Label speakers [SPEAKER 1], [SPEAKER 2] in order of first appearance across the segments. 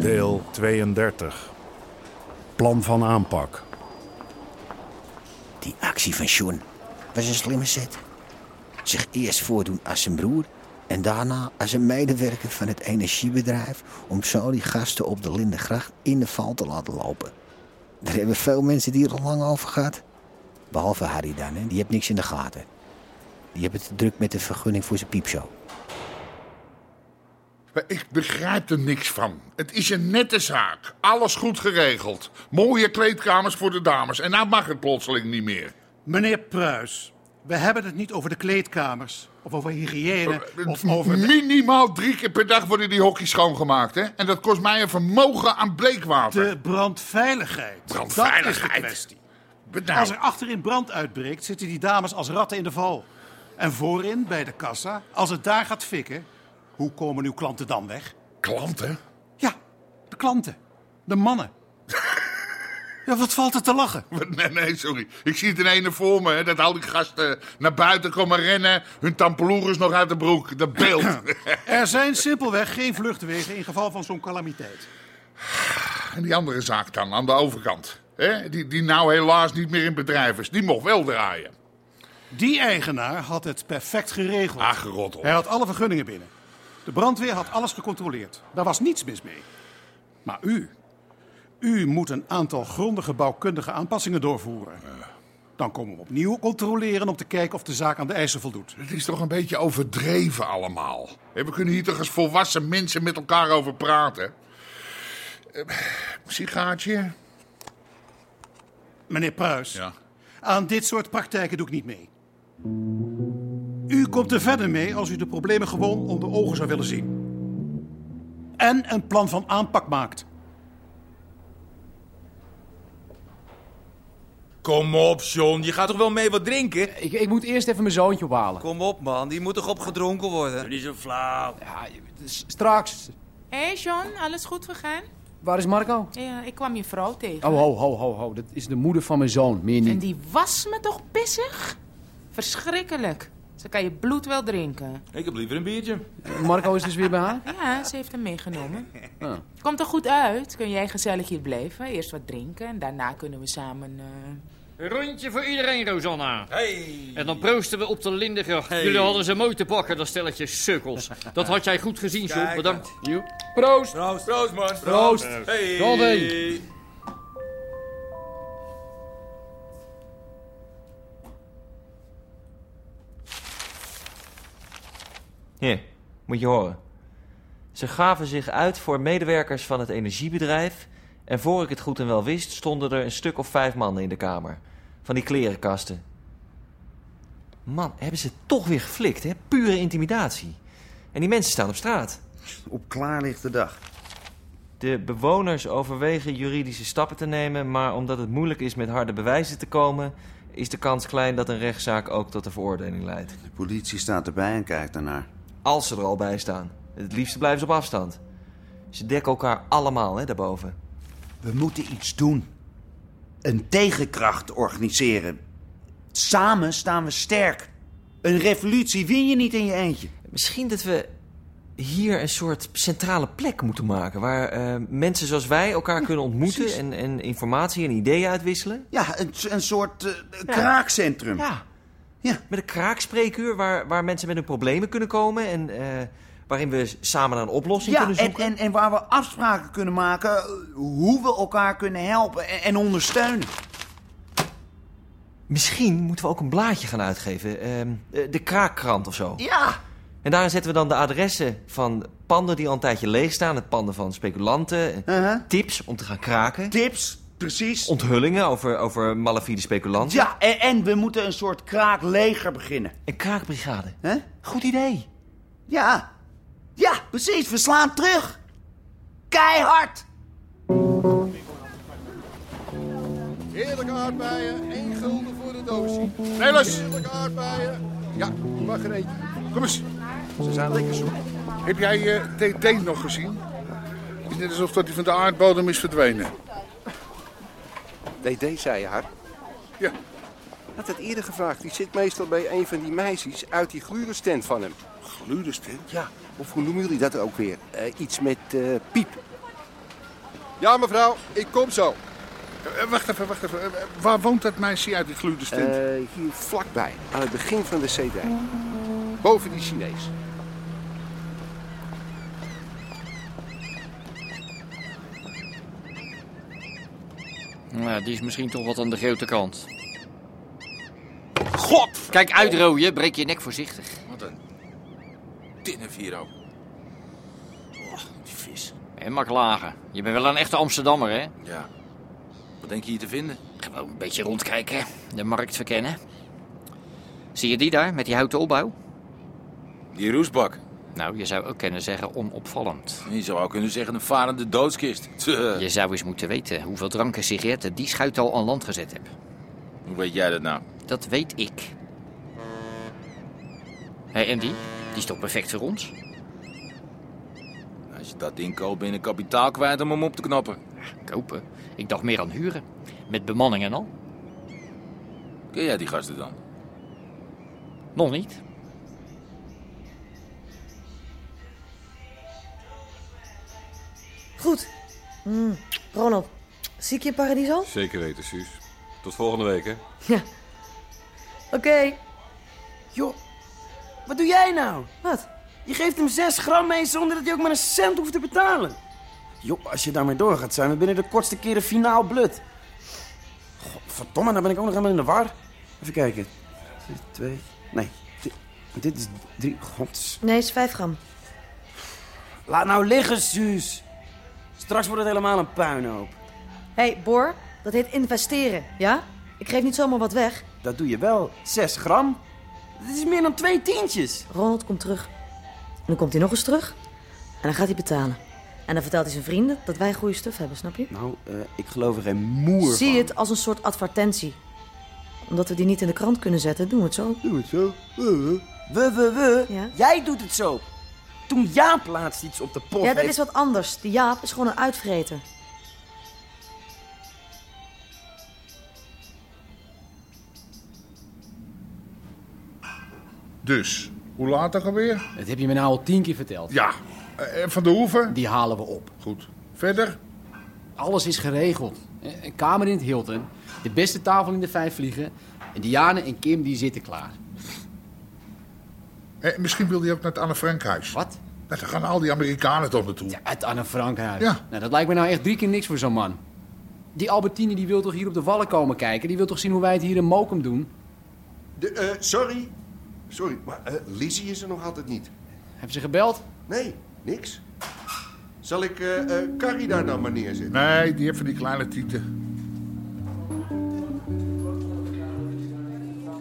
[SPEAKER 1] Deel 32. Plan van aanpak.
[SPEAKER 2] Die actie van Sean was een slimme set. Zich eerst voordoen als zijn broer en daarna als een medewerker van het energiebedrijf om zo die gasten op de Lindengracht in de val te laten lopen. Daar hebben veel mensen die er al lang over gehad. Behalve Harry dan, hè. die heeft niks in de gaten. Die hebben het druk met de vergunning voor zijn piepshow.
[SPEAKER 3] Maar ik begrijp er niks van. Het is een nette zaak. Alles goed geregeld. Mooie kleedkamers voor de dames. En nou mag het plotseling niet meer.
[SPEAKER 4] Meneer Pruis, we hebben het niet over de kleedkamers, of over hygiëne, of
[SPEAKER 3] Het-
[SPEAKER 4] over... de-
[SPEAKER 3] Minimaal drie keer per dag worden die hokjes schoongemaakt. Hè? En dat kost mij een vermogen aan bleekwater.
[SPEAKER 4] De brandveiligheid. Dat is de
[SPEAKER 3] Brandveiligheid.
[SPEAKER 4] kwestie.
[SPEAKER 3] Nou,
[SPEAKER 4] Als er achterin brand uitbreekt, zitten die dames als ratten in de val. En voorin, bij de kassa, als het daar gaat fikken, hoe komen uw klanten dan weg?
[SPEAKER 3] Klanten?
[SPEAKER 4] Ja, de klanten. De mannen. ja, wat valt er te lachen?
[SPEAKER 3] Nee, nee, sorry. Ik zie het in ene voor me. Hè, dat al die gasten naar buiten komen rennen. Hun tampeloeres nog uit de broek. Dat beeld.
[SPEAKER 4] Er zijn simpelweg geen vluchtwegen in geval van zo'n calamiteit.
[SPEAKER 3] en die andere zaak dan, aan de overkant. Hè? Die, die nou helaas niet meer in bedrijf is. Die mocht wel draaien.
[SPEAKER 4] Die eigenaar had het perfect geregeld.
[SPEAKER 3] Ach, roddel.
[SPEAKER 4] Hij had alle vergunningen binnen. De brandweer had alles gecontroleerd. Daar was niets mis mee. Maar u, u moet een aantal grondige bouwkundige aanpassingen doorvoeren. Dan komen we opnieuw controleren om te kijken of de zaak aan de eisen voldoet.
[SPEAKER 3] Het is toch een beetje overdreven allemaal. Hè, We kunnen hier toch als volwassen mensen met elkaar over praten. Eh, Sigaartje?
[SPEAKER 4] Meneer Pruis,
[SPEAKER 3] Ja.
[SPEAKER 4] aan dit soort praktijken doe ik niet mee. U komt er verder mee als u de problemen gewoon onder ogen zou willen zien. En een plan van aanpak maakt.
[SPEAKER 5] Kom op, John. Je gaat toch wel mee wat drinken?
[SPEAKER 6] Ik, ik moet eerst even mijn zoontje ophalen.
[SPEAKER 7] Kom op, man. Die moet toch opgedronken worden?
[SPEAKER 6] Ja, je- s- straks.
[SPEAKER 8] Hé hey John, alles goed vergaan?
[SPEAKER 6] Waar is Marco?
[SPEAKER 8] Ja, ik kwam je vrouw tegen.
[SPEAKER 6] Oh, ho, ho, ho, ho. Dat is de moeder van mijn zoon, meer
[SPEAKER 8] En
[SPEAKER 6] niet.
[SPEAKER 8] die was me toch pissig? Verschrikkelijk. Ze kan je bloed wel drinken.
[SPEAKER 5] Ik heb liever een biertje.
[SPEAKER 6] Marco is dus weer bij haar?
[SPEAKER 8] Ja, ze heeft hem meegenomen.
[SPEAKER 6] Ah.
[SPEAKER 8] Komt er goed uit. Kun jij gezellig hier blijven? Eerst wat drinken en daarna kunnen we samen... eh,
[SPEAKER 9] Een Rondje voor iedereen, Rosanna.
[SPEAKER 5] Hey.
[SPEAKER 9] En dan proosten we op de Lindengracht.
[SPEAKER 7] Hey.
[SPEAKER 9] Jullie hadden ze mooi te pakken, dat stelletje sukkels. Dat had jij goed gezien, John.
[SPEAKER 7] Kijk.
[SPEAKER 9] Bedankt.
[SPEAKER 6] Proost!
[SPEAKER 7] Proost.
[SPEAKER 5] Proost, man.
[SPEAKER 6] Proost.
[SPEAKER 5] Hey.
[SPEAKER 6] Golden.
[SPEAKER 10] Hier, moet je horen. Ze gaven zich uit voor medewerkers van het energiebedrijf. En voor ik het goed en wel wist, stonden er een stuk of vijf mannen in de kamer. Van die klerenkasten. Man, hebben ze toch weer geflikt, hè? Pure intimidatie. En die mensen staan op straat.
[SPEAKER 7] Op klaarlichte dag.
[SPEAKER 10] De bewoners overwegen juridische stappen te nemen, maar omdat het moeilijk is met harde bewijzen te komen, is de kans klein dat een rechtszaak ook tot een veroordeling leidt.
[SPEAKER 2] De politie staat erbij en kijkt ernaar.
[SPEAKER 10] Als ze er al bij staan. Het liefst blijven ze op afstand. Ze dekken elkaar allemaal, hè, daarboven.
[SPEAKER 2] We moeten iets doen. Een tegenkracht organiseren. Samen staan we sterk. Een revolutie win je niet in je eentje.
[SPEAKER 10] Misschien dat we hier een soort centrale plek moeten maken... waar eh, mensen zoals wij elkaar kunnen ontmoeten... En, en informatie en ideeën uitwisselen.
[SPEAKER 2] Ja, een, een soort eh, kraakcentrum.
[SPEAKER 10] Ja.
[SPEAKER 2] Ja.
[SPEAKER 10] Met een kraakspreekuur waar, waar mensen met hun problemen kunnen komen... en eh, waarin we samen naar een oplossing
[SPEAKER 2] Ja,
[SPEAKER 10] kunnen
[SPEAKER 2] en,
[SPEAKER 10] zoeken.
[SPEAKER 2] en, en waar we afspraken kunnen maken eh, hoe we elkaar kunnen helpen en, en ondersteunen.
[SPEAKER 10] Misschien moeten we ook een blaadje gaan uitgeven. ehm, eh, de kraakkrant of zo.
[SPEAKER 2] Ja,
[SPEAKER 10] En daarin zetten we dan de adressen van panden die al een tijdje leeg staan. Het panden van speculanten. eh,
[SPEAKER 2] Uh-huh.
[SPEAKER 10] Tips om te gaan kraken.
[SPEAKER 2] tips,
[SPEAKER 11] Precies.
[SPEAKER 12] Onthullingen over, over malafide speculanten.
[SPEAKER 11] Ja, en, en we moeten een soort kraakleger beginnen.
[SPEAKER 12] Een kraakbrigade?
[SPEAKER 11] Hè?
[SPEAKER 12] Goed idee.
[SPEAKER 11] Ja. Ja, precies. We slaan terug. Keihard.
[SPEAKER 2] Heerlijke aardbeien, 1 gulden voor de doosje.
[SPEAKER 3] Nelis!
[SPEAKER 2] Heerlijke aardbeien. Ja, mag er eentje.
[SPEAKER 3] Kom eens. Ze zijn lekker zo. Heb jij eh TT nog gezien? Het is net alsof dat hij van de aardbodem is verdwenen.
[SPEAKER 2] DD zei je haar.
[SPEAKER 3] Ja.
[SPEAKER 2] Had het eerder gevraagd. Die zit meestal bij een van die meisjes uit die glurenstand van hem.
[SPEAKER 3] Glurenstand?
[SPEAKER 2] Ja. Of hoe noemen jullie dat ook weer? Eh, iets met eh, piep. Ja, mevrouw. Ik kom zo.
[SPEAKER 3] Eh, wacht even, wacht even. Eh, waar woont dat meisje uit die gluurderstand?
[SPEAKER 2] Eh, hier vlakbij, aan het begin van de CD. Boven die Chinees.
[SPEAKER 10] Nou, die is misschien toch wat aan de grote kant. God! Kijk uit, rooie. Breek je nek voorzichtig.
[SPEAKER 5] Wat een tinnenvier ook. Oh, die vis.
[SPEAKER 10] En maar klagen. Je bent wel een echte Amsterdammer, hè?
[SPEAKER 5] Ja. Wat denk je hier te vinden?
[SPEAKER 10] Gewoon een beetje rondkijken. De markt verkennen. Zie je die daar, met die houten opbouw?
[SPEAKER 5] Die roesbak.
[SPEAKER 10] Nou, je zou ook kunnen zeggen onopvallend.
[SPEAKER 5] Je zou ook kunnen zeggen een varende doodskist. Tja.
[SPEAKER 10] Je zou eens moeten weten hoeveel drank en sigaretten die schuit al aan land gezet hebt.
[SPEAKER 5] Hoe weet jij dat nou?
[SPEAKER 10] Dat weet ik. Hé, en die? Die is toch perfect voor ons?
[SPEAKER 5] Als je dat ding koopt, ben je een kapitaal kwijt om hem op te knappen.
[SPEAKER 10] Kopen? Ik dacht meer aan huren. Met bemanning en al.
[SPEAKER 5] Ken jij die gasten dan?
[SPEAKER 10] Nog niet.
[SPEAKER 13] Goed. Mm, Ronald, zie ik je in Paradiso? Oké.
[SPEAKER 14] Zeker weten, Suus. Tot volgende week, hè?
[SPEAKER 6] Joh, wat doe jij nou?
[SPEAKER 13] Wat?
[SPEAKER 6] Je geeft hem 6 gram mee zonder dat hij ook maar een cent hoeft te betalen. Joh, als je daarmee doorgaat, zijn we binnen de kortste keren finaal blut. Godverdomme, dan ben ik ook nog helemaal in de war. Even kijken. Dit is Twee. Nee, dit, dit is drie. Gods.
[SPEAKER 13] Nee, het is 5 gram.
[SPEAKER 6] Laat nou liggen, Suus. Straks wordt het helemaal een puinhoop.
[SPEAKER 13] Hé, hey, Boor, dat heet investeren, ja? Ik geef niet zomaar wat weg.
[SPEAKER 6] Dat doe je wel. 6 gram? Dit is meer dan twee tientjes.
[SPEAKER 13] Ronald komt terug. En dan komt hij nog eens terug. En dan gaat hij betalen. En dan vertelt hij zijn vrienden dat wij goede stuf hebben, snap je?
[SPEAKER 6] Nou, eh, ik geloof er geen moer
[SPEAKER 13] Zie
[SPEAKER 6] van.
[SPEAKER 13] het als een soort advertentie. Omdat we die niet in de krant kunnen zetten, doen we het zo.
[SPEAKER 6] Doe het zo. We, we, we. Jij doet het zo. Toen Jaap laatst iets op de pot
[SPEAKER 13] Ja, dat
[SPEAKER 6] heeft-
[SPEAKER 13] is wat anders. Die Jaap is gewoon een uitvreter.
[SPEAKER 3] Dus, hoe laat ook alweer?
[SPEAKER 15] Dat heb je me nou al tien keer verteld.
[SPEAKER 3] Ja. Eh, van de hoeven?
[SPEAKER 15] Die halen we op.
[SPEAKER 3] Goed. Verder?
[SPEAKER 15] Alles is geregeld. Eh, Een kamer in het Hilton. De beste tafel in de vijf vliegen. En Diane en Kim die zitten klaar.
[SPEAKER 3] Eh, misschien wil hij ook naar het Anne Frankhuis.
[SPEAKER 15] Wat?
[SPEAKER 3] Nou, daar gaan al die Amerikanen toch naartoe.
[SPEAKER 15] Ja, het Anne Frankhuis.
[SPEAKER 3] Ja.
[SPEAKER 15] Nou, dat lijkt me nou echt drie keer niks voor zo'n man. Die Albertine die wil toch hier op de wallen komen kijken? Die wil toch zien hoe wij het hier in Mokum doen?
[SPEAKER 2] De, eh, sorry. Sorry, maar eh Lizzie is er nog altijd niet.
[SPEAKER 15] Hebben ze gebeld?
[SPEAKER 2] Nee, niks. Zal ik eh eh, Carrie daar dan maar neerzetten?
[SPEAKER 3] Nee, die heeft van die kleine tieten.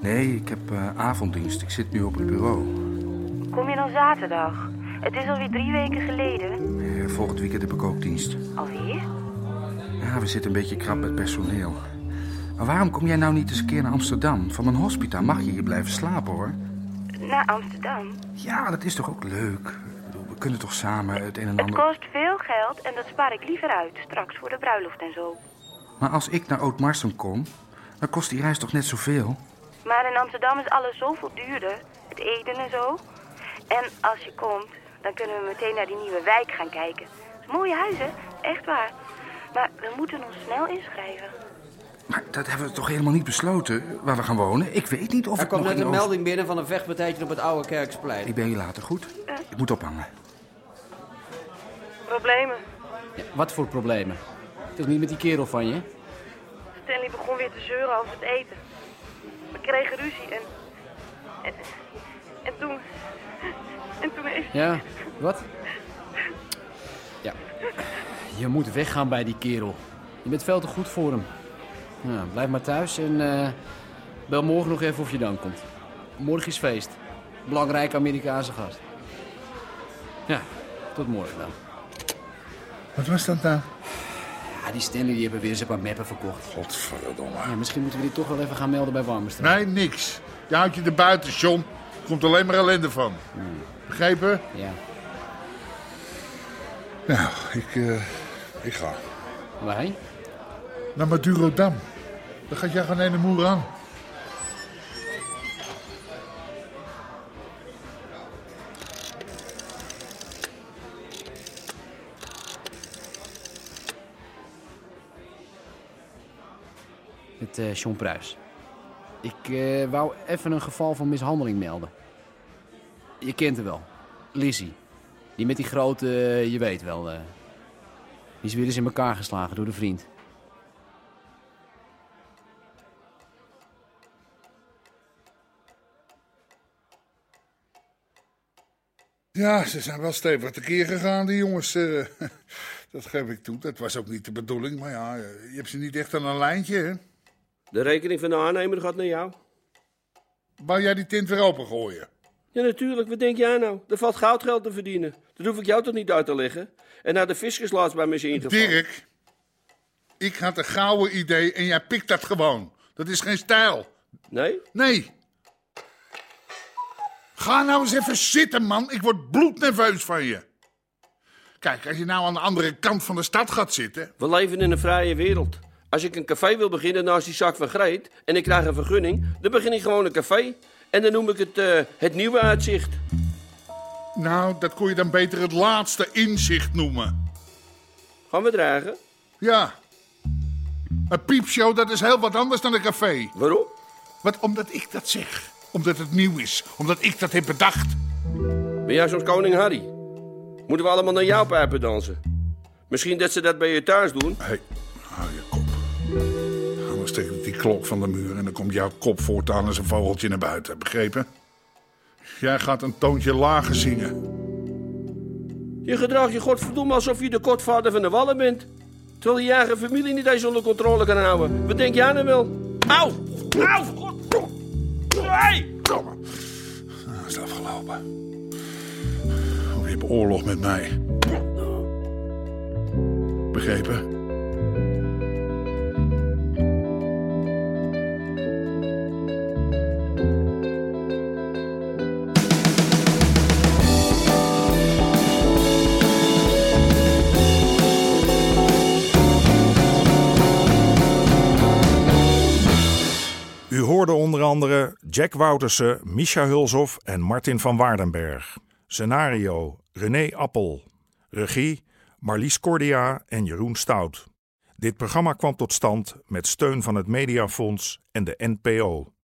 [SPEAKER 16] Nee, ik heb eh, avonddienst. Ik zit nu op het bureau.
[SPEAKER 8] Kom je dan zaterdag? Het is alweer drie weken geleden.
[SPEAKER 16] Eh, volgend weekend heb ik ook dienst.
[SPEAKER 8] Alweer?
[SPEAKER 16] Ja, we zitten een beetje krap met personeel. Maar waarom kom jij nou niet eens een keer naar Amsterdam? Van mijn hospita mag je hier blijven slapen, hoor.
[SPEAKER 8] Naar Amsterdam?
[SPEAKER 16] Ja, dat is toch ook leuk? Ik bedoel, We kunnen toch samen het een en
[SPEAKER 8] Het
[SPEAKER 16] ander...
[SPEAKER 8] kost veel geld en dat spaar ik liever uit. Straks voor de bruiloft en zo.
[SPEAKER 16] Maar als ik naar Oud-Marsum kom, dan kost die reis toch net zoveel?
[SPEAKER 8] Maar in Amsterdam is alles zoveel duurder. Het eten en zo. En als je komt, dan kunnen we meteen naar die nieuwe wijk gaan kijken. Het is mooie huizen, echt waar. Maar we moeten ons snel inschrijven.
[SPEAKER 16] Maar dat hebben we toch helemaal niet besloten, waar we gaan wonen? Ik weet niet of
[SPEAKER 17] er
[SPEAKER 16] ik
[SPEAKER 17] kwam
[SPEAKER 16] nog
[SPEAKER 17] net
[SPEAKER 16] in
[SPEAKER 17] een
[SPEAKER 16] Oost-
[SPEAKER 17] melding binnen van een vechtpartijtje op het Oude Kerksplein.
[SPEAKER 16] Ik ben je later, goed? Ik moet ophangen.
[SPEAKER 8] Problemen.
[SPEAKER 15] Wat voor problemen? Het is niet met die kerel van je.
[SPEAKER 8] Stanley begon weer te zeuren over het eten. We kregen ruzie en... En, en toen... En toen heeft...
[SPEAKER 15] Ja, wat? Ja. Je moet weggaan bij die kerel.
[SPEAKER 6] Je bent veel te goed voor hem. Ja, blijf maar thuis en eh, bel morgen nog even of je dan komt. Morgen is feest. Belangrijke Amerikaanse gast. Ja, tot morgen dan.
[SPEAKER 3] Wat was dat nou?
[SPEAKER 6] Ja, die Stanley die hebben weer eens een paar meppen verkocht.
[SPEAKER 3] Godverdomme.
[SPEAKER 6] Ja, misschien moeten we die toch wel even gaan melden bij Warmers.
[SPEAKER 3] Nee, niks. Je houdt je er buiten, John. Er komt alleen maar ellende van.
[SPEAKER 15] Hmm.
[SPEAKER 3] Begrepen?
[SPEAKER 6] Ja.
[SPEAKER 3] Nou, ik, eh, ik ga.
[SPEAKER 6] Waarheen?
[SPEAKER 3] Naar Madurodam. Dan gaat jij gewoon een moer aan.
[SPEAKER 6] Met eh John Pruis. Ik eh, wou even een geval van mishandeling melden. Je kent hem wel. Lizzie. Die met die grote, eh, je weet wel. eh. die is weer eens in elkaar geslagen door de vriend.
[SPEAKER 3] Ja, ze zijn wel stevig tekeer gegaan, die jongens. eh. dat geef ik toe. Dat was ook niet de bedoeling. Maar ja, eh, je hebt ze niet echt aan een lijntje, hè?
[SPEAKER 18] De rekening van de aannemer gaat naar jou.
[SPEAKER 3] Wou jij die tint weer opengooien?
[SPEAKER 18] Ja, natuurlijk. Wat denk jij nou? Er valt goudgeld te verdienen. Dat hoef ik jou toch niet uit te leggen? En naar de fiscus laatst bij me is ingevallen.
[SPEAKER 3] Dirk, ik had een gouden idee en jij pikt dat gewoon. Dat is geen stijl.
[SPEAKER 18] Nee?
[SPEAKER 3] Nee. Ga nou eens even zitten, man. Ik word bloednerveus van je. Kijk, als je nou aan de andere kant van de stad gaat zitten...
[SPEAKER 18] We leven in een vrije wereld. Als ik een café wil beginnen naast die zak van Greet en ik krijg een vergunning, dan begin ik gewoon een café. En dan noem ik het eh, het nieuwe uitzicht.
[SPEAKER 3] Nou, dat kon je dan beter het laatste inzicht noemen.
[SPEAKER 18] Gaan we dragen?
[SPEAKER 3] Ja. Een piepshow, dat is heel wat anders dan een café.
[SPEAKER 18] Waarom?
[SPEAKER 3] Wat, omdat ik dat zeg. Omdat het nieuw is. Omdat ik dat heb bedacht.
[SPEAKER 18] Ben jij zo'n koning Harry? Moeten we allemaal naar jouw pijpen dansen? Misschien dat ze eh, dat bij je thuis doen.
[SPEAKER 3] Hé, hey, hou je kop. Dan steek ik die klok van de muur en dan komt jouw kop voortaan als een vogeltje naar buiten. Begrepen? Jij gaat een toontje lager zingen.
[SPEAKER 18] Je gedraagt je godverdomme alsof je de kortvader van de wallen bent. Terwijl je je eigen familie niet eens onder controle kan houden. Wat denk jij nou wel? Auw! Auw! Hey!
[SPEAKER 3] Dat Ah, is afgelopen. Of je hebt oorlog met mij. Begrepen?
[SPEAKER 1] U hoorde onder andere Jack Woutersen, Misha Hulshoff en Martin van Waardenberg. Scenario René Appel. Regie Marlies Cordia en Jeroen Stout. Dit programma kwam tot stand met steun van het Mediafonds en de NPO.